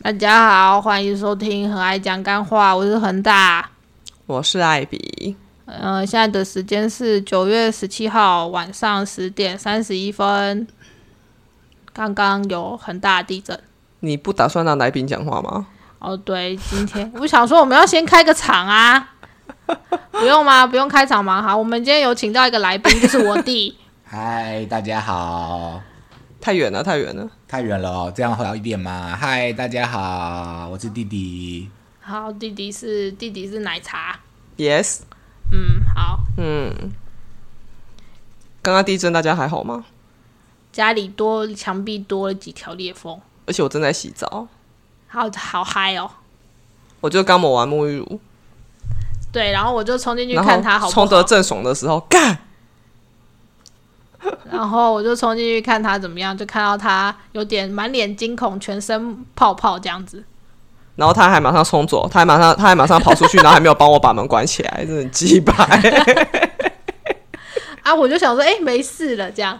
大家好，欢迎收听《很爱讲干话》，我是恒大。我是艾比。呃，现在的时间是九月十七号晚上十点三十一分。刚刚有很大的地震。你不打算拿来宾讲话吗？哦，对，今天我想说我们要先开个场啊， 不用吗？不用开场吗？好，我们今天有请到一个来宾，就是我弟。 嗨，大家好，太远了，太远了。太远了哦，这样好一点嘛。嗨，大家好，我是弟弟。好，弟弟是弟弟是奶茶。 Yes，嗯，好，嗯，刚刚地震，大家还好吗？家里多墙壁多了几条裂缝，而且我正在洗澡，好好嗨哦。我就刚抹完沐浴乳，对，然后我就冲进去然看他好后不冲得好，正爽的时候，干，然后我就冲进去看他怎么样，就看到他有点满脸惊恐，全身泡泡这样子。然后他还马上冲走，他还马上他还马上跑出 去，然后还没有帮我把门关起来，真的很鸡掰。 啊，我就想说，哎、没事了这样，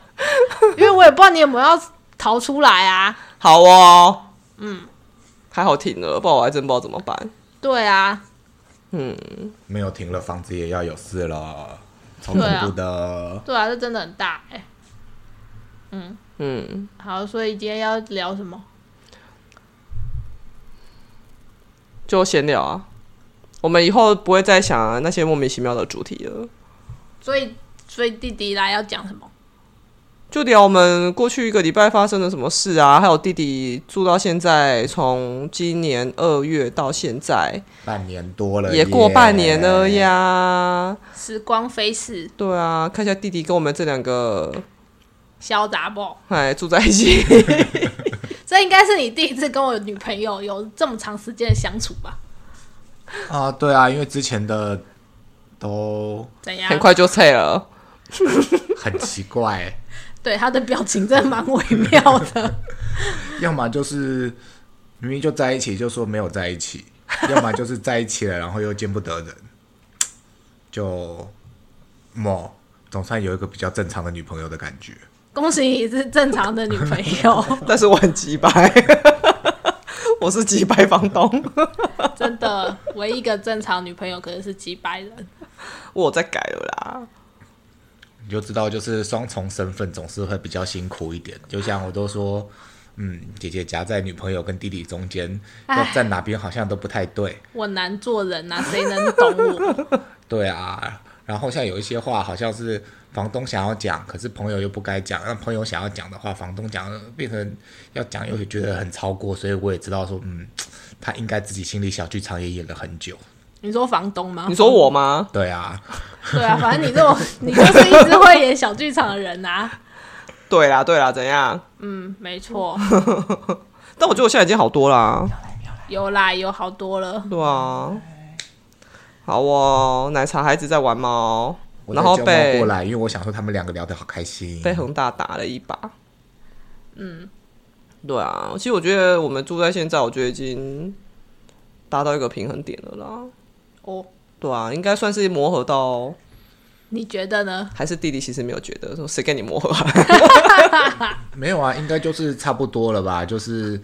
因为我也不知道你有没有要逃出来啊。好哦，嗯，还好停了，不然我还真不知道怎么办。对啊，没有停了，房子也要有事了，超恐怖的。对啊，这真的很大哎、嗯，好，所以今天要聊什么？就闲聊啊。我们以后不会再想那些莫名其妙的主题了。所以，所以弟弟来要讲什么？就聊我们过去一个礼拜发生的什么事啊，还有弟弟住到现在，从今年二月到现在半年多了，也过半年了。呀。时光飞逝，对啊，看一下弟弟跟我们这两个潇洒不？哎住在一起，这应该是你第一次跟我女朋友有这么长时间的相处吧？啊，对啊，因为之前的都怎样很？快就退了。很奇 怪，对他的表情真的蛮微妙的。要么就是明明就在一起，就说没有在一 起；要么就是在一起了，然后又见不得人，就某总算有一个比较正常的女朋友的感觉。恭喜你是正常的女朋友，但是我很鸡掰， 我是鸡掰房东， 真的唯一一个正常女朋友可能是几百人。 我有在改了啦。你就知道，就是双重身份总是会比较辛苦一点。就像我都说，嗯，姐姐夹在女朋友跟弟弟中间，要站哪边好像都不太对。我难做人啊，谁能懂 我？对啊，然后像有一些话好像是房东想要讲，可是朋友又不该讲；那朋友想要讲的话，房东讲了变成要讲，又觉得很超过。所以我也知道说，嗯，他应该自己心里小剧场也演了很久。你说房东吗？你说我吗？对啊，对啊，反正你这 种，你就是一直会演小剧场的人啊。对啦，对啦，怎样？嗯，没错，但我觉得我现在已经好多啦。有啦，有好多了。对啊。好哦，奶茶孩子在玩猫，我然后就摸被过来，因为我想说他们两个聊得好开心。被恒大打了一把。嗯，对啊，其实我觉得我们住在现在，我觉得已经达到一个平衡点了啦。哦，对啊，应该算是磨合到，你觉得呢？ 还是弟弟其实没有觉得说谁跟你磨合啊？没有啊，应该就是差不多了吧，就是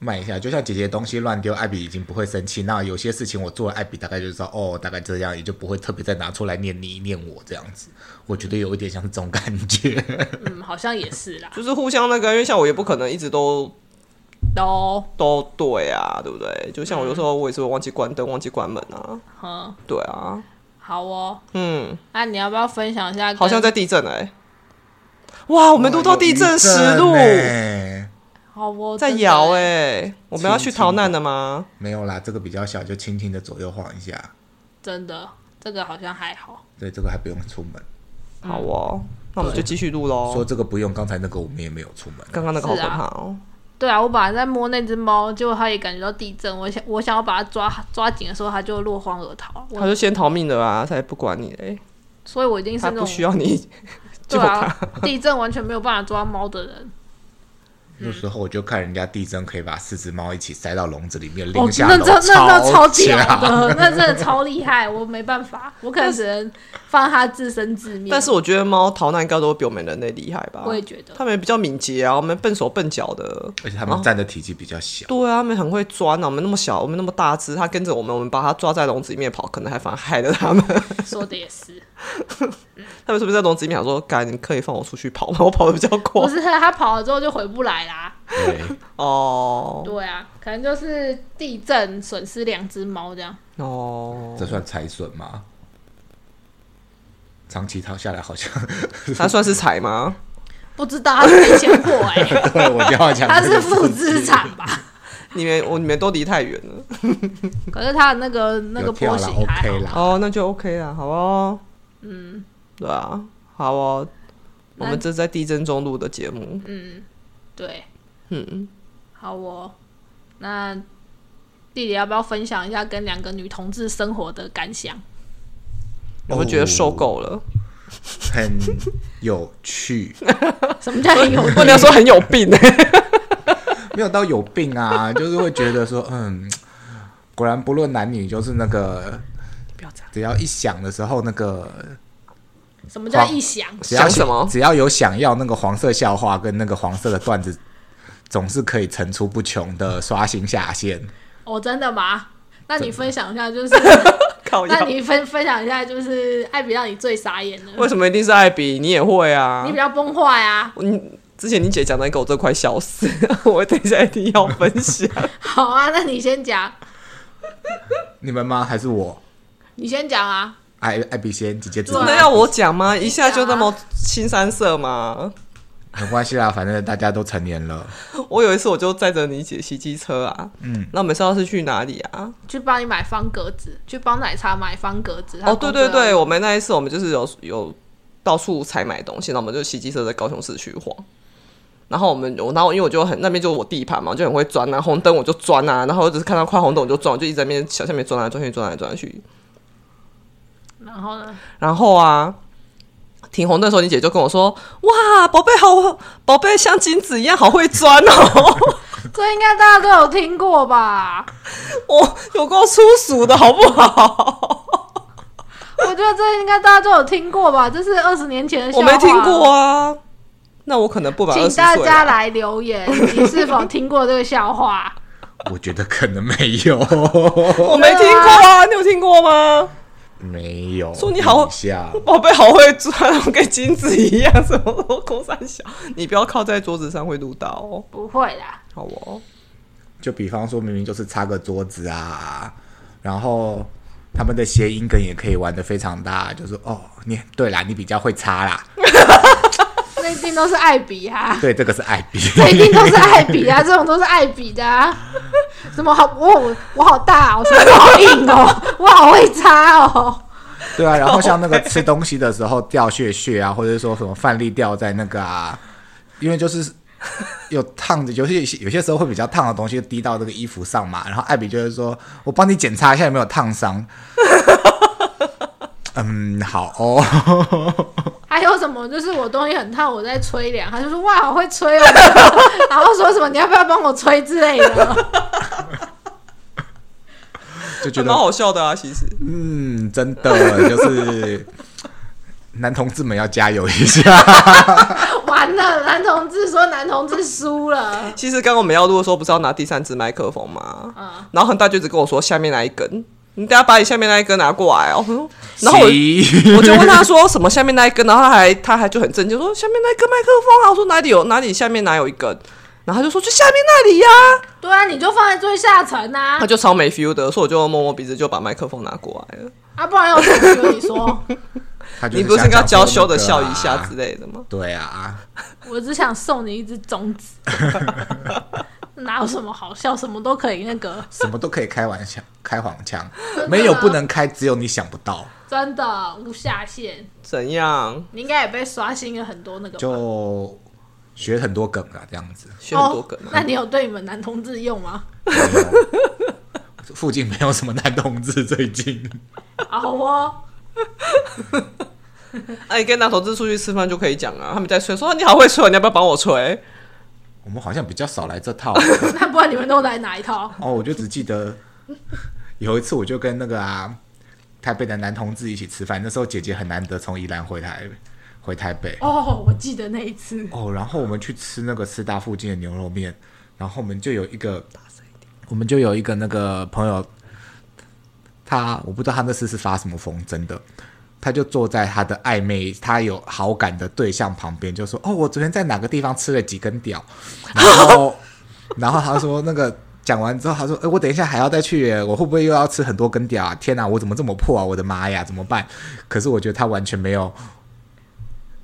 卖一下。就像姐姐东西乱丢，艾比已经不会生气。那有些事情我做了，艾比大概就知道哦，大概这样，也就不会特别再拿出来念你念我这样子。我觉得有一点像是这种感觉。嗯，好像也是啦。就是互相那个，因为像我也不可能一直都都，都对啊，对不对？就像我有时候我也是会忘记关灯、忘记关门啊，嗯，对啊，好哦。嗯，那、你要不要分享一下跟？好像在地震哎、哇，我们录到地震实录，欸好哦，在真的摇欸哎、我们要去逃难了吗？没有啦，这个比较小，就轻轻的左右晃一下。真的，这个好像还好。对，这个还不用出门。嗯好哦，那我们就继续录喽说。这个不用，刚才那个我们也没有出门。刚刚那个好是可啊怕哦！对啊，我本来在摸那只猫，结果它也感觉到地震。我想，我想要把它抓抓紧的时候，它就落荒而逃。他我，就先逃命了啊，才不管你嘞，所以我已经是他那不需种要你 救对啊 他。啊，地震完全没有办法抓猫的人。那时候我就看人家地震可以把四只猫一起塞到笼子里面哦拎，下那楼，真那那超屌强。的， 那真的超厉害，我没办法，我可能只能放它自生自灭。但是我觉得猫逃难应该都比我们人类厉害吧？我也觉得它们比较敏捷啊，我们笨手笨脚的。而且它们站的体积比较小，对啊，它们很会钻啊。我们那么小，我们那么大只，它跟着我们，我们把它抓在笼子里面跑，可能还反而害了它们。说的也是，它们是不是在笼子里面想说：“干，你可以放我出去跑吗？我跑的比较不快。是它跑了之后就回不来啦。对，”哦对啊，可能就是地震损失两只猫这样。哦，这算财损吗？长期逃下来好像， 它算是财吗？不知道它是没钱过哎、 对我就要讲它这个是负事资产吧？你们我你们都离太远了。可是它的那个那个有跳波了形还好，OK 啦，哦，那就 OK 啦，好哦。嗯，对啊，好哦。我那们这是在地震中录的节目，对，嗯，好哦。那弟弟要不要分享一下跟两个女同志生活的感 想？我们觉得受哦够了。很有趣，什么叫很 有不能说很有病、欸 没有到有病啊，就是会觉得说，嗯，果然不论男女，就是那个不要这样。只要一想的时候，那个什么叫一想？只要想什么只要有想要那个黄色笑话跟那个黄色的段子，总是可以层出不穷的刷新下限。哦，真的吗？那你分享一下，就是靠 那腰。你分分享一下，就是艾比让你最傻眼的，为什么一定是艾比？你也会啊你比？较崩坏啊。 你之前你姐讲那个，我都快笑死。 我等一下一定要分 享。好啊，那你先讲，你们吗？还是我？你先讲啊。艾艾比先直接直对啊那要我讲吗？一下就那么新三色吗？没关系啦，反正大家都成年了。我有一次我就载着你姐骑机车啊，嗯，那我们是要是去哪里啊？去帮你买方格子，去帮奶茶买方格子。哦，对对对，，我们那一次我们就是有有到处采买东西，然后我们就骑机车在高雄市区晃。然后我们，我然后因为我就很那边就是我地盘嘛，我就很会钻啊，红灯我就钻啊，然后我只是看到快红灯我就钻，我就一直在那边小下面钻来钻去，钻来钻去。然后呢？然后啊，停红灯的时候，你姐就跟我说：“哇，宝贝好，宝贝像金子一样好会钻哦。 这应该大家都有听过吧？我”我有够粗俗的好不好？我觉得这应该大家都有听过吧？这是二十年前的笑我话。没听过啊，那我可能不满二十请大岁家了来留言，你是否听过这个笑 话？我觉得可能没有， 我没听过啊，你有听过吗？没有。说你好等一下，宝贝好会钻，我跟金子一样，什么都空三小。你不要靠在桌子上会撸到哦，不会啦，好哦。就比方说明明就是擦个桌子啊，然后他们的谐音梗也可以玩得非常大，就是哦，你对啦，你比较会擦啦，这一定都是艾比啊，对，这个是艾比，这一定都是艾比 啊，这种都是艾比的、啊。什么好我我好大、哦，我手指好硬 哦，我好会擦哦。对啊。然后像那个吃东西的时候掉屑屑啊，或 者说什么饭粒掉在那个啊，因为就是。有烫的，有些有些时候会比较烫的东西滴到这个衣服上嘛，然后艾比就会说：“我帮你检查一下有没有烫伤。” 嗯，好哦。还有什么？就是我东西很烫，我在吹凉，他就说哇，好会 吹哦，然后说什么你要不要帮我吹之类的。就觉得 蛮好笑的啊，其实嗯，真的就是男同志们要加油一下。完了，男同志说男同志输了，其实刚刚我们要录的时候，不是要拿第三支麦克风吗？嗯然后恒大就只跟我说下面那一根，你等下把你下面那一根拿过来哦。我说 然后我行我就问他说什么下面那一根，然后他还他还就很震惊说下面那一根麦克风啊，我说哪里有哪里下面哪有一根，然后他就说就下面那里呀、对啊，你就放在最下层啊他，就超没 feel 的，所以我就摸摸鼻子就把麦克风拿过来了。啊，不然要怎么跟你说？ 他就你不是想应该讲娇说羞的那个笑啊一下之类的吗？对啊，我只想送你一只种子， 哪有什么好笑，什么都可以那个，什么都可以开玩笑， 开黄腔，没有不能开，只有你想不到。真的无下限。怎样？你应该也被刷新了很多那个吧哦就学很多梗啊，这样子。选很多梗哦啊、。那你有对你们男同志用吗？附近没有什么男同志，最近 好哦，哦哎、你跟男同志出去吃饭就可以讲啊，他们在吹说你好会吹，你要不要帮我吹？我们好像比较少来这套啊那不然你们都来哪一套？哦，我就只记得 有一次，我就跟那个啊台北的男同志一起吃饭，那时候姐姐很难得从宜兰回台回台北哦，我记得那一次，哦，然后我们去吃那个师大附近的牛肉面，然后我们就有一个，我们就有一个那个朋友，他我不知道他那次是发什么疯，真的，他就坐在他的暧昧他有好感的对象旁边，就说：“哦，我昨天在哪个地方吃了几根 屌。”然后，然后他说那个。讲完之后，他说：“哎、我等一下还要再去耶，我会不会又要吃很多根屌啊？天哪、我怎么这么破啊？我的妈呀，怎么办？”可是我觉得他完全没有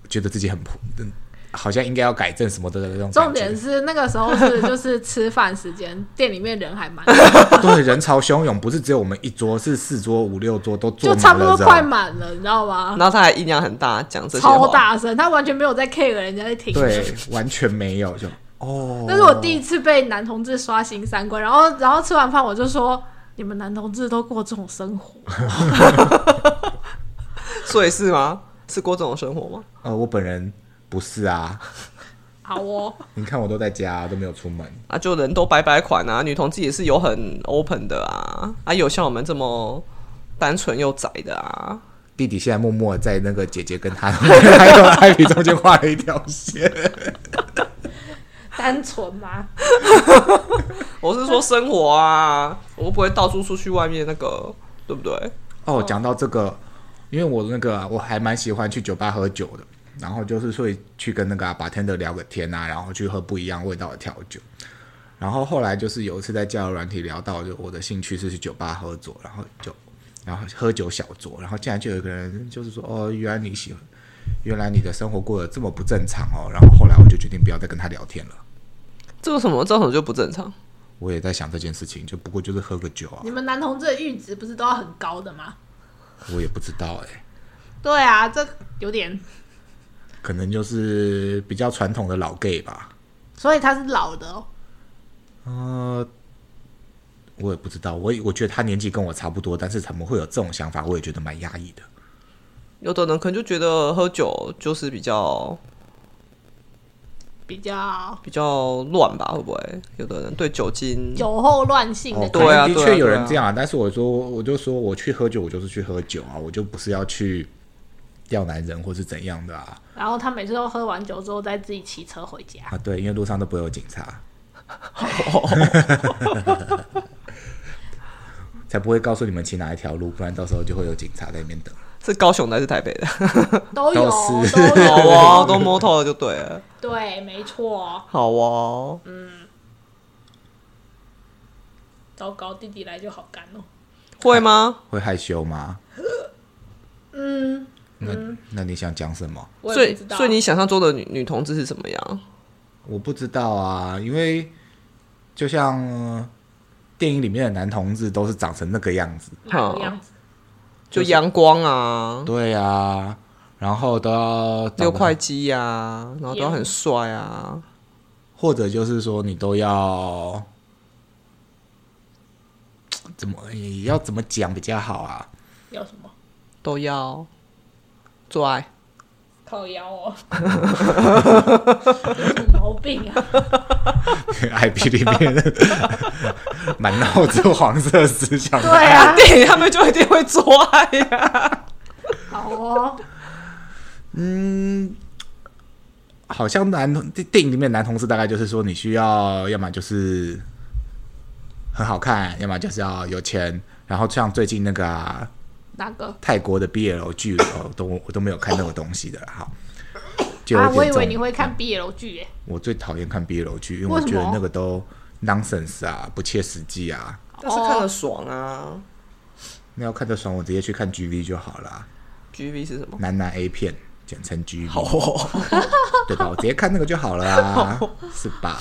觉得自己很破，嗯好像应该要改正什么的那种感觉。重点是那个时候是就是吃饭时间，店里面人还 蛮多，对，人潮汹涌，不是只有我们一桌，是四桌、五六桌都坐就满差不多了人。快满了，你知道吗然？后他还音量很大讲这些话超，大声，他完全没有在 care 人家在听。对，完全没有就哦。那是我第一次被男同志刷新三观，然后然后吃完饭我就说。你们男同志都过这种生活， 所以是吗？是过这种生活吗？呃，我本人不是啊，好哦，你看我都在家，都没有出门。啊，就人都白白款啊，女同志也是有很 open 的啊，啊，有像我们这么单纯又窄的啊，弟弟现在默默在那个姐姐跟他还有艾比中间画了一条线。单纯吗？我是说生活啊，我不会到处出去外面那个，对不对？哦，讲到这个，因为我那个啊我还蛮喜欢去酒吧喝酒的，然后就是会去跟那个、啊、bartender 聊个天啊，然后去喝不一样味道的调酒。然后后来就是有一次在交友软体聊到，就我的兴趣是去酒吧喝酒，然后就然后喝酒小酌，然后竟然就有一个人就是说，哦，原来你喜欢，原来你的生活过得这么不正常哦。然后后来我就决定不要再跟他聊天了。这个什么，这种就不正常。我也在想这件事情，就不过就是喝个酒啊你，们男同志的阈值不是都要很高的吗？我也不知道哎、对啊，这有点，可能就是比较传统的老 gay 吧。所以他是老的、哦，呃，我也不知道，我我觉得他年纪跟我差不多，但是怎么会有这种想法，我也觉得蛮压抑的。有的人可能就觉得喝酒就是比较比较比较乱吧，会不会？有的人对酒精，酒后乱性的哦，感觉。对啊可能的对确啊有对人啊这样啊，但是我说，我就说我去喝酒，我就是去喝酒啊，我就不是要去钓男人或是怎样的啊然后他每次都喝完酒之后再自己骑车回家。啊，对，因为路上都不会有警察，才不会告诉你们骑哪一条路，不然到时候就会有警察在那边等。是高雄的还是台北 的？都有，都是都好有，哦，都摸透了就对了。对，没错。好哦，糟糕，弟弟来就好干哦。会吗？会害羞吗？嗯，那那你想讲什么？我所也以不知道，所以你想象中的女女同志是什么样？我不知道啊，因为就像呃电影里面的男同志都是长成那个样子，哪个样子？就阳光啊，对啊，然后都要长得六块，肌呀、啊，然后都要很帅啊，或者就是说你都要怎么你要怎么讲比较好啊？ 要什么？都要做爱。靠腰 哦，有什么毛病啊？ IP 里面 满脑子黄色思想，对啊，电哎影他们就一定会做爱啊呀、好哦，好像男同电电影里面的男同事大概就是说，你需要要么就是很好看，要么就是要有钱。然后像最近那个啊、哪个？泰国的 BL 剧，哦，都我都没有看那种东西的。好，就有啊，点我以这为种你会看 BL 剧耶。我最讨厌看 BL 剧，因为我为什觉得么那个都 nonsense 啊，不切实际啊。但是看得爽啊。那要看得爽，我直接去看 GV 就好了， GV 是什么？男男 A 片，简称 GV，哦，对吧？我直接看那个就好 了啊，是吧？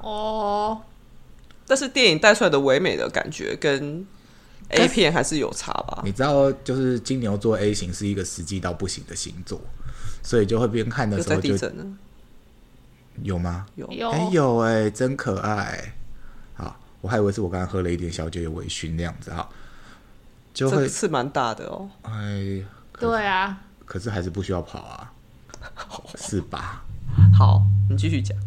哦，但是电影带出来的唯美的感觉跟 A 片还是有差吧？你知道，就是金牛座 A 型是一个实际到不行的星座，所以就会边看的又时在候地就震呢，有吗？有有哎、有哎、真可爱。好，我还以为是我刚刚喝了一点小酒有微醺那样子哈，就这会个刺蛮大的哦。哎，可对啊， 可是还是不需要跑啊，是吧？好，你继续讲。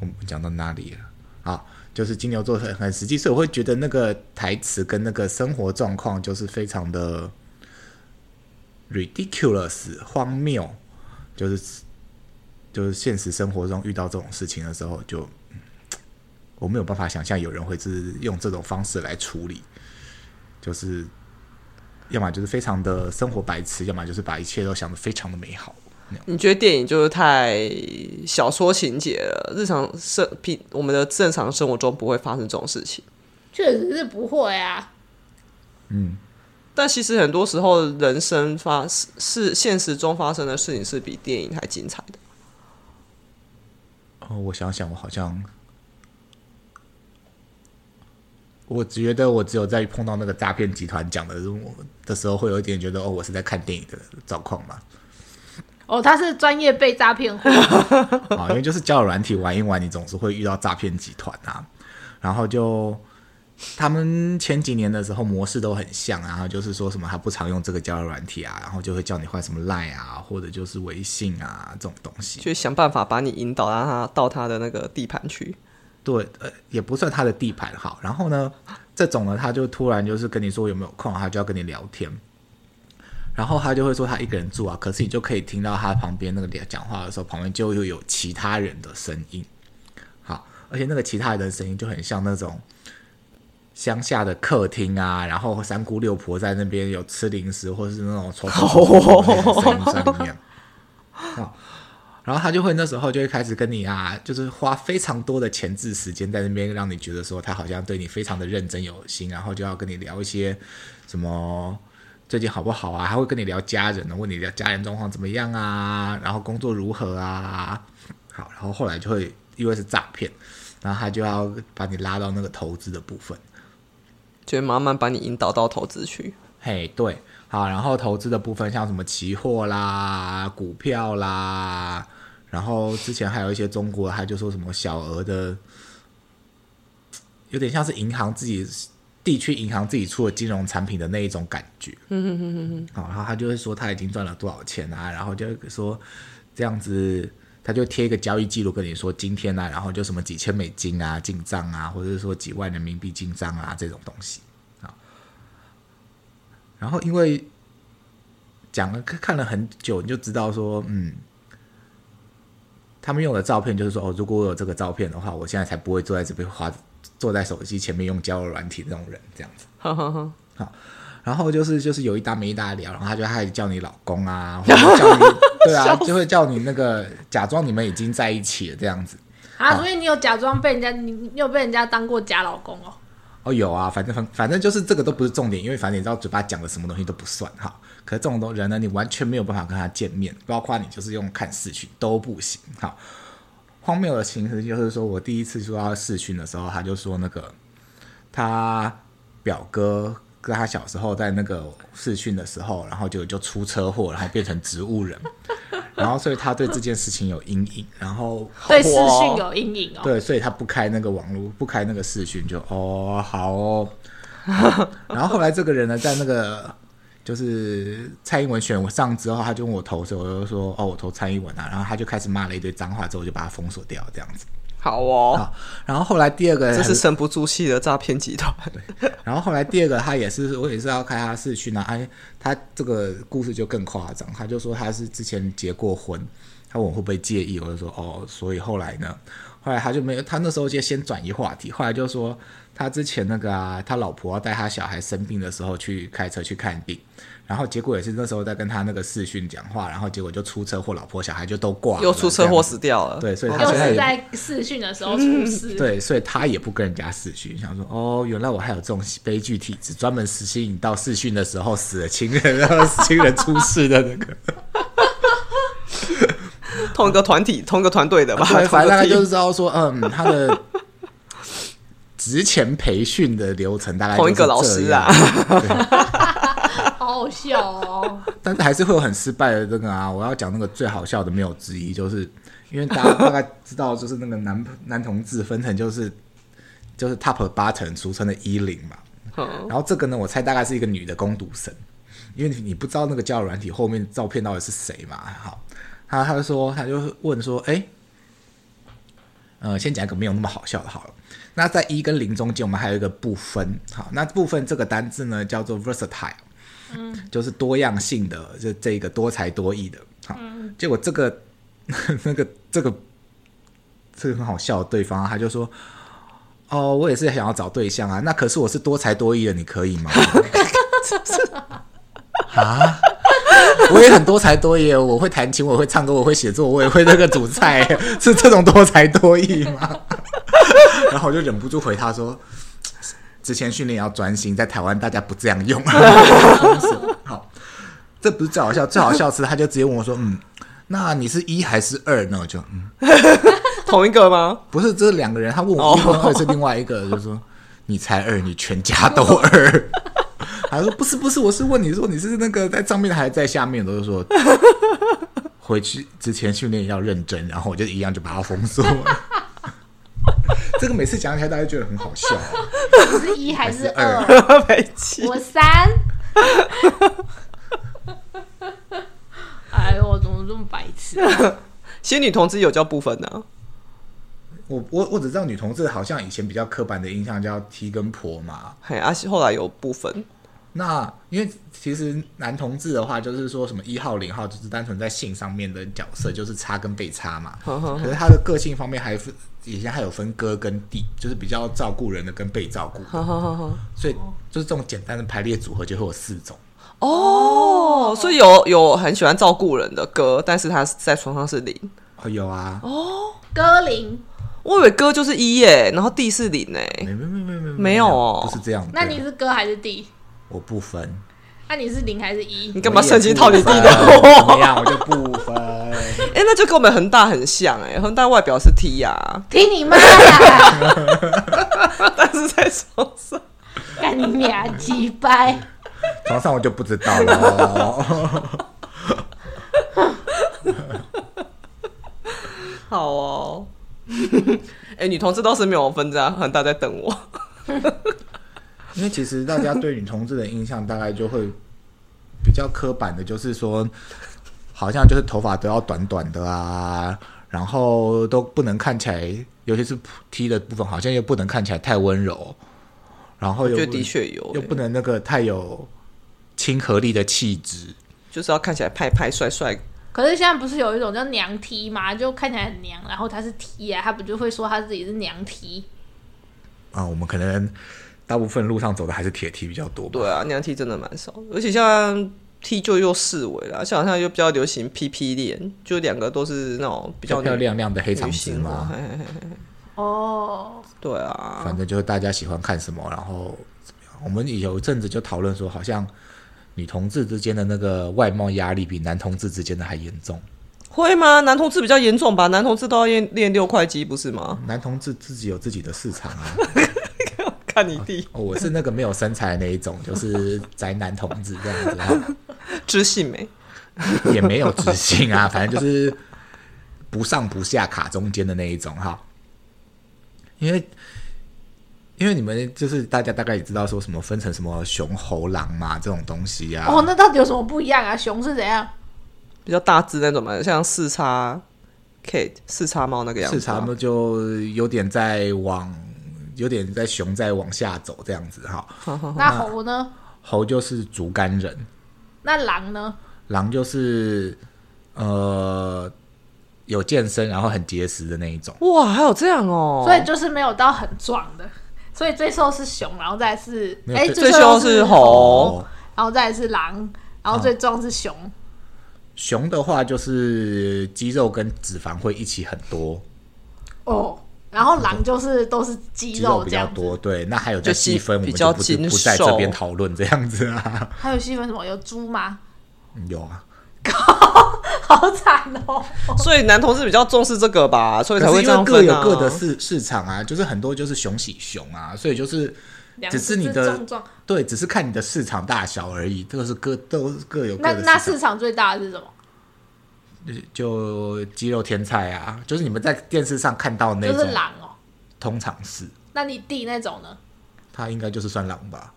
我们讲到哪里了？好，就是金牛座很很实际，所以我会觉得那个台词跟那个生活状况就是非常的 ridiculous 荒谬，就是就是现实生活中遇到这种事情的时候就，嗯我没有办法想象有人会是用这种方式来处理，就是要么就是非常的生活白痴，要么就是把一切都想得非常的美好。你觉得电影就是太小说情节了，日常生平我们的正常生活中不会发生这种事情。确实是不会啊。但其实很多时候，人生发是是现实中发生的事情是比电影还精彩的。哦，我想想，我好像，我觉得我只有在碰到那个诈骗集团讲的我的时候，会有一点觉得哦，我是在看电影的状况嘛。哦，他是专业被诈骗 户，啊，因为就是交友软体玩一玩，你总是会遇到诈骗集团啊。然后就他们前几年的时候模式都很像啊，然后就是说什么他不常用这个交友软体啊，然后就会叫你换什么 Line 啊，或者就是微信啊这种东西。去想办法把你引导让他到他的那个地盘去。对，呃，也不算他的地盘好。然后呢，这种呢，他就突然就是跟你说有没有空，他就要跟你聊天。然后他就会说他一个人住啊，可是你就可以听到他旁边那个聊讲话的时候，旁边就又有其他人的声音。好，而且那个其他人的声音就很像那种乡下的客厅啊，然后三姑六婆在那边有吃零食，或是那种抽抽抽的那种声音在里面。好然后他就会那时候就会开始跟你啊，就是花非常多的前置时间在那边，让你觉得说他好像对你非常的认真有心，然后就要跟你聊一些什么最近好不好啊，还会跟你聊家人呢，问你聊家人状况怎么样啊，然后工作如何啊，好，然后后来就会因为是诈骗，然后他就要把你拉到那个投资的部分，就慢慢把你引导到投资去。嘿，对，好，然后投资的部分像什么期货啦、股票啦，然后之前还有一些中国，他就说什么小额的，有点像是银行自己地区银行自己出的金融产品的那一种感觉。嗯嗯嗯嗯。好，然后他就会说他已经赚了多少钱啊，然后就会说这样子。他就贴一个交易记录跟你说今天啊，然后就什么几千美金啊进账啊，或者是说几万人民币进账啊这种东西。然后因为讲了看了很久，你就知道说，嗯，他们用的照片就是说，哦，如果我有这个照片的话，我现在才不会坐在这边滑，坐在手机前面用交友软体那种人这样子。哈哈哈，然后就是就是有一搭没一搭聊，然后他就开始叫你老公啊，或者叫你对啊，就会叫你那个假装你们已经在一起了这样子。啊，所以你有假装被人家，你你有被人家当过假老公哦？哦，有啊，反正反反正就是这个都不是重点，因为反正你知道嘴巴讲的什么东西都不算哈。可是这种东人呢，你完全没有办法跟他见面，包括你就是用看视讯都不行哈。荒谬的情形就是说，我第一次说到视讯的时候，他就说那个他表哥跟他小时候在那个视讯的时候，然后就就出车祸，然后变成植物人，然后所以他对这件事情有阴影，然后对视讯有阴影哦。哦对，所以他不开那个网络，不开那个视讯，就哦好哦。 然后后来这个人呢，在那个就是蔡英文选上之后，他就问我投谁，我就说哦我投蔡英文啊，然后他就开始骂了一堆脏话，之后我就把他封锁掉这样子。好哦，啊，然后后来第二个这还是神不住气的诈骗集团。然后后来第二个他也是，我也是要开他视讯啊，哎，他这个故事就更夸张，他就说他是之前结过婚，他问我会不会介意，我就说哦，所以后来呢，后来他就没有，他那时候就先转移话题，后来就说他之前那个啊，他老婆要带他小孩生病的时候去开车去看病，然后结果也是那时候在跟他那个视讯讲话，然后结果就出车祸，老婆小孩就都挂了，又出车祸这样子，死掉了。哦对所以他又现在是也在视讯的时候出事，对，所以他也不跟人家视讯，想说哦，原来我还有这种悲剧体质，专门吸引到视讯的时候死了亲人，然后亲人出事的那 个。同一个团体、同一个团队的吧，啊对，反正大概就是是知道说，嗯，他的职前培训的流程大概同一就是个老这师样 啊，好好笑哦。但是还是会有很失败的那个啊。我要讲那个最好笑的没有之一，就是因为大家大概知道，就是那个男男同志分成就是就是 top 八层，俗称的一零嘛。嗯然后这个呢，我猜大概是一个女的攻读生，因为你不知道那个交友软体后面照片到底是谁嘛。好，他他就说，他就问说，哎，呃，先讲一个没有那么好笑的好了。那在一跟零中间，我们还有一个不分。好，那部分这个单字呢叫做 versatile，嗯，就是多样性的，就这一个多才多艺的。好，结果这个 那个这个这个很好笑，对方他就说。哦，我也是想要找对象啊，那可是我是多才多艺的，你可以吗？啊，我也很多才多艺，我会弹琴，我会唱歌，我会写作，我也会那个煮菜， 是这种多才多艺吗？ 然后我就忍不住回他说，之前训练要专心，在台湾大家不这样用。 好，这不是最好笑，最好笑是他就直接问我说，嗯，那你是一还是二呢？我就嗯。同一个吗？ 不是，这是两个人，他问我一跟二是另外一个，就说你才二，你全家都二。 他说不是不是，我是问你说你是那个在上面的还是在下面的？我就说 回去之前训练要认真，然后我就一样就把它封锁 了。这个每次讲起来大家觉得很好笑、我是一还是还二？北 七，我三。哎呦，我怎么这么白痴？啊仙女同志有叫部分呢、我我我只知道女同志好像以前比较刻板的印象叫 T 跟婆嘛，嘿，啊，后来有部分，那因为其实男同志的话，就是说什么一号、零号，就是单纯在性上面的角色，就是差跟被差嘛。呵呵呵可是他的个性方面还分，以前还有分哥跟弟，就是比较照顾人的跟被照顾，哈哈哈哈。所以就是这种简单的排列组合就会有四种。哦，所以有有很喜欢照顾人的哥，但是他在床上是零。哦，有啊，歌林，我以为哥就是一耶，然后弟是零哎。没没没没没没有哦不是这样的。那你是哥还是弟？我不分，那你是零还是一你？干嘛趁机套你弟我也的不分怎么话？样？我就不分。哎、那就跟我们恒大很像哎，恒大外表是 T 呀、听你妈呀！但是在床上 干你俩鸡掰！床上我就不知道了哦。好哦。 哎、女同志倒是没有分这样，恒大在等我。因为其实大家对女同志的印象大概就会比较刻板的，就是说，好像就是头发都要短短的啊，然后都不能看起来，尤其是 T 的部分，好像又不能看起来太温柔，然后我又觉得不的确有、哎又不能，能那个太有亲和力的气质。就是要看起来派派帅帅。可是现在不是有一种叫娘 T 吗？就看起来很娘，然后他是 T 啊，他不就会说他自己是娘 T？啊，我们可能大部分路上走的还是铁 T 比较多吧。对 啊，娘 T 真的蛮少，而且像 T 就又视为啦，像好像又比较流行 PP 恋，就两个都是那种比比较较漂女亮亮的黑长啊女直性化嘛，嘿嘿嘿哦，对啊反，正就是大家喜欢看什么，然后怎么样。我们有一阵子就讨论说，好像女同志之间的那个外貌压力比男同志之间的还严重。会吗？男同志比较严重吧，男同志都要练练六块肌，不是 吗？男同志自己有自己的市场啊。看你弟哦我是那个没有身材的那一种，就是宅男同志这样子啊，知性美，也没有自信啊，反正就是不上不下卡中间的那一种哈。因为因为你们就是大家大概也知道说什么分成什么熊猴狼嘛这种东西呀、啊。哦，那到底有什么不一样啊？熊是怎样？比较大只那种嘛，像四叉 Kate 四叉猫那个样子啊市吗，场呢就有点在往，有点在熊在往下走这样子哈。那猴呢？猴就是竹竿人，那狼呢？狼就是呃有健身然后很结实的那一种。哇，还有这样哦，所以就是没有到很壮的，所以最瘦是熊，然后再来是没有哎，最最瘦凶是是，猴哦，然后再来是狼，然后最壮是熊。熊的话就是肌肉跟脂肪会一起很多，哦，然后狼就是都是肌肌肉比这较样子。多。对，那还有在细分，我就们比较就不是精不在这边瘦讨论这样子啊。 还有细分什么？有猪吗？ 嗯有啊，好惨哦！ 所以男同志比较重视这个吧，所以才可会是这因为样各分有啊。各的市市场啊，就是很多就是熊喜熊啊，所以就是。两只是你只的重壮，对，只是看你的市场大小而已，这个是各都是各有各那的那市市场。场最大的是什么？就鸡肉天菜啊，就是你们在电视上看到的那就种，是狼哦。通常是那你弟那种呢？它应该就是算狼吧。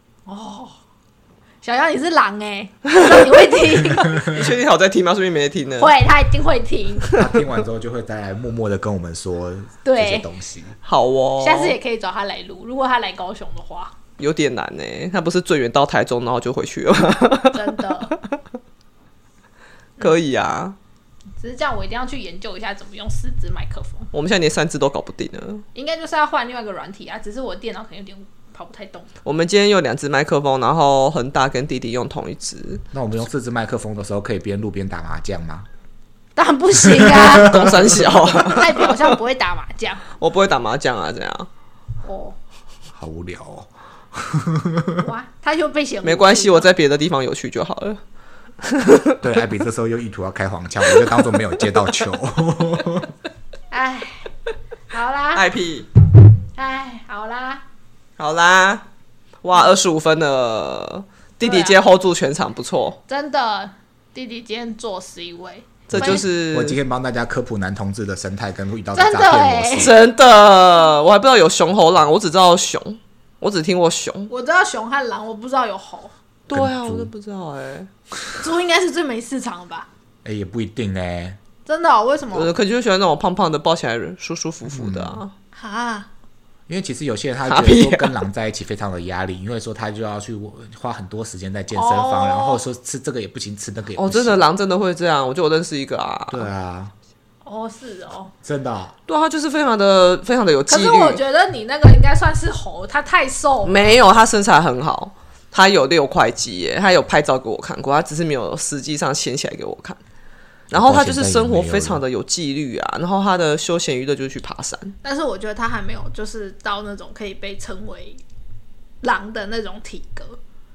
小妖你是狼哎、 说你会听， 你确定好在听吗？是不是没听呢？会，他一定会听。他听完之后就会再来默默的跟我们说这对些东西。好哦，下次也可以找他来录，如果他来高雄的话，有点难呢、他不是最远到台中，然后就回去了吗？ 真的。可以啊，只是这样，我一定要去研究一下怎么用四支麦克风，我们现在连三只都搞不定了。应该就是要换另外一个软体啊。只是我电脑可能有点跑不太动。我们今天有两只麦克风，然后恒大跟弟弟用同一只，那我们用四支麦克风的时候，可以边录边打麻将吗？当然不行啊，东三小啊， 代表好像不会打麻将我不会打麻将啊，这样哦。好无聊 哦。哇，他又被嫌没关系，我在别的地方有趣就好了。对，艾比这时候又意图要开黄腔，我就当做没有接到 球。哎，好啦，爱屁，哎，好啦，好啦，哇，二十五分了，弟弟对啊今天 hold 住全场，不错，真的，弟弟今天做 C 位，这就是我今天帮大家科普男同志的生态跟遇到真诈的欸 骗模式。真的，我还不知道有熊猴狼，我只知道熊，我只听过熊。我知道熊和狼，我不知道有猴，对啊，猪我都不知道哎、猪应该是最没市场的吧？哎、也不一定呢、真的哦、为什我么？呃的可就喜欢那种胖胖的，抱起来舒舒服服的啊。哈，因为其实有些人他哈觉屁得啊说跟狼在一起非常的压力，因为说他就要去花很多时间在健身房，哦然后说吃这个也不行，吃那个也不哦，行。真的，狼真的会这样，我就我认识一个啊，对啊，哦是哦，真的哦、对啊，他就是非常的非常的有纪可律。是我觉得你那个应该算是猴，它太瘦了，没有，他身材很好，他有六块肌耶，他有拍照给我看过，他只是没有实际上掀起来给我看。然后他就是生活非常的有纪律啊，然后他的休闲娱乐就是去爬山。但是我觉得它还没有就是到那种可以被称为狼的那种体格，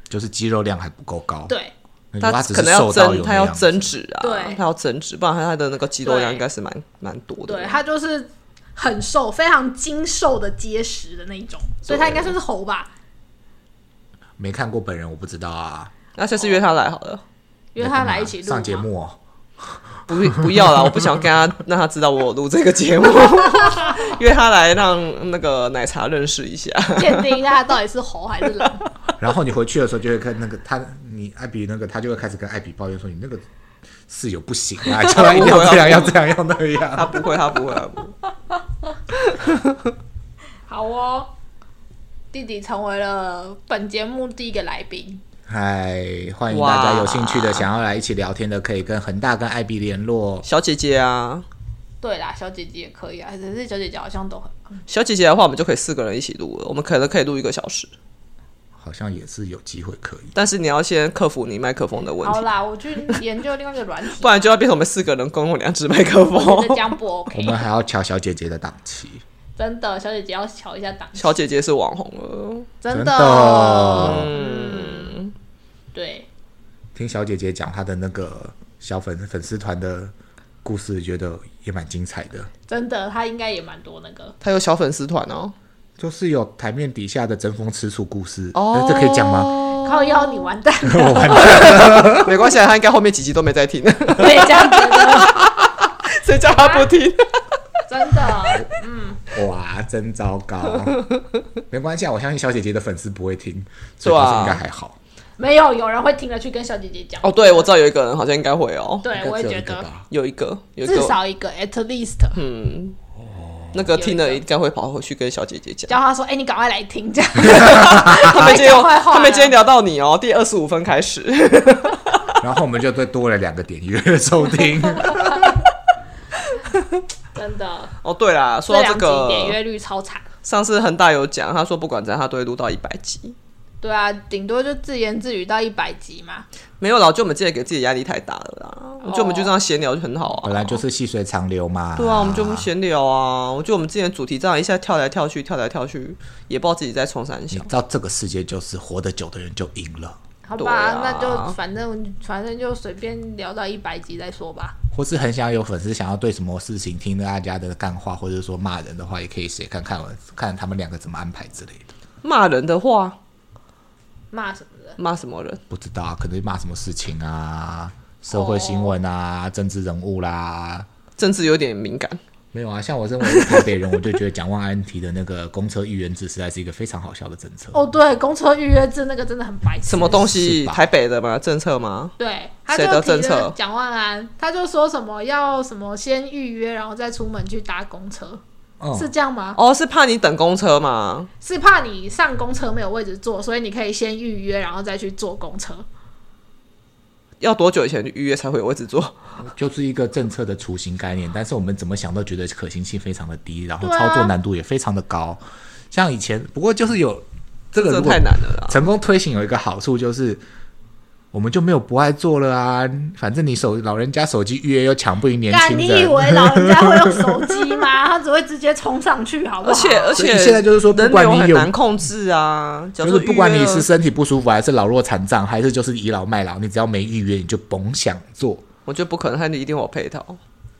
就是肌肉量还不够高。对你说他只可是能要瘦到增，有那他要样子增脂啊，对他要增脂，不然他的那个肌肉量对应该是蛮蛮多的。对，它就是很瘦，非常精瘦的结实的那一种，所以它应该算是猴吧。没看过本人，我不知道啊。那下次约他来好了，约他来一起录上节吗，目哦，不不要啦，我不想跟他让他知道我有录这个节目， 约他来让那个奶茶认识一下。鉴定一下他到底是猴还是狼。 然后你回去的时候就会看那个他，你艾比那个他就会开始跟艾比抱怨说你那个室友不行啊，叫他一定要这样，要这样，要那他样。不会，他不会，他不会。好哦，弟弟成为了本节目第一个来宾，嗨，哎欢迎哇大家有兴趣的想要来一起聊天的，可以跟恒大跟艾比联络。小姐姐啊，对啦，小姐姐也可以啊，只是小姐姐好像都很小姐姐的话，我们就可以四个人一起录了，我们可能可以录一个小时，好像也是有机会可以。但是你要先克服你麦克风的问好题，啦。我去研究另外一个软体， 不然就要变成我们四个人共用两只麦克我觉 得这风。样不我 OK。们还要瞧小姐姐的档期，真的，小姐姐要瞧一下档期，小姐姐是网红了，真真哦的，的对，听小姐姐讲她的那个小粉粉丝团的故事，觉得也蛮精彩的。真的，她应该也蛮多那个。她有小粉丝团哦。就是有台面底下的争风吃醋故事，哦呃，这可以讲吗？靠腰，你完蛋， 我完蛋，没关系啊，她应该后面几集都没在听， 我也这样觉得，谁叫她不听？真的。哇，真糟糕。 没关系啊，我相信小姐姐的粉丝不会听，所对以啊故事应该还好。没有，有人会听了去跟小姐姐讲。 哦，对，我知道有一个人好像应该会哦，对，应我该也只有觉一个得吧。有一个，有一至个，嗯少一个，at least，那个听了有一个应该会跑回去跟小姐姐讲。叫她说：“哎，你赶快来听。” 这样，他们今天有，讲坏话他们今天了聊到你哦，第二十五分开始。 然后我们就再多了两个点阅收 听，真的，哦，对啦，说这到这两集点个，阅率超惨。上次恒大有讲，他说不管怎样，他都会录到一百集。对啊，顶多就自言自语到一百集嘛。没有啦，就我们自己给自己压力太大了啦。我觉得我们就这样闲聊就很好啊。哦本来就是细水长流嘛。对啊，我们就闲聊啊。我觉得我们之前主题这样一下跳来跳去，跳来跳去，也不知道自己在冲三你小知。道这个世界就是活得久的人就赢了，好对吧，啊那就反正反正就随便聊到一百集再说吧。或是很想有粉丝想要对什么事情听大家的干话，或者说骂人的话，也可以写看看看他们两个怎么安排之类的。骂人的话，骂什么的，骂什么人？不知道，可能骂什么事情啊，社会新闻啊，政治人物啦，政治有点敏感，没有啊，像我身为一个台北人，我就觉得蒋万安提的那个公车预约制实在是一个非常好笑的政策。哦，对，公车预约制那个真的很白痴。什么东西？是吧台北的吗？政策吗？对，他就谁的提政了策蒋万安，他就说什么要什么先预约，然后再出门去搭公车，嗯，是这样吗？哦，是怕你等公车吗？是怕你上公车没有位置坐，所以你可以先预约，然后再去坐公车。要多久以前预约才会有位置坐？就是一个政策的雏形概念，但是我们怎么想都觉得可行性非常的低，然后对啊操作难度也非常的高。像以前，不过就是有 这个真如的果太难了啦。成功推行有一个好处就是，我们就没有不爱做了啊。反正你手老人家手机预约又抢不赢年但轻你以人，为老人家会用手机吗？ 他只会直接冲上去，好不好？而且呃而所以且现在就是说不人管流你很有难控制啊，假就如是说不管预约你了是，身体不舒服，还是老弱残障，还是就是倚老卖老，你只要没预约，你就甭想做。我觉得不可能，他一定会有配套。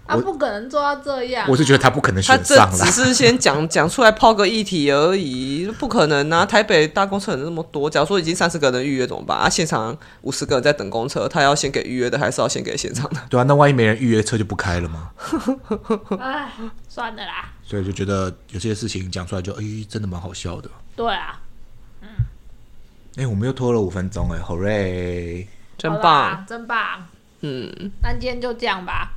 他不可能做到这样。我是觉得他不可能他选这上只啦。是先讲 讲出来抛个议题而已，不可能啊！台北大公车人那么多，假如说已经三十个人预约怎么办？啊，现场五十个人在等公车，他要先给预约的，还是要先给现场的？对啊，那万一没人预约，车就不开了吗？哎，算了啦，所以就觉得有些事情讲出来就，诶，真的蛮好笑的。对啊，诶，我们又拖了五分钟，诶，好嘞！真好啦棒！，真棒。嗯，那今天就这样 吧。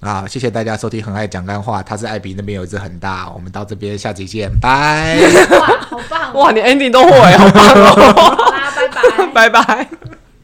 啊，谢谢大家收听《很爱讲干话》，他是艾比那边有一只很大，我们到这边下集见，拜。哇，好棒、哦！ 哇，你 ending 都会，好棒哦！好啦，拜拜。拜拜。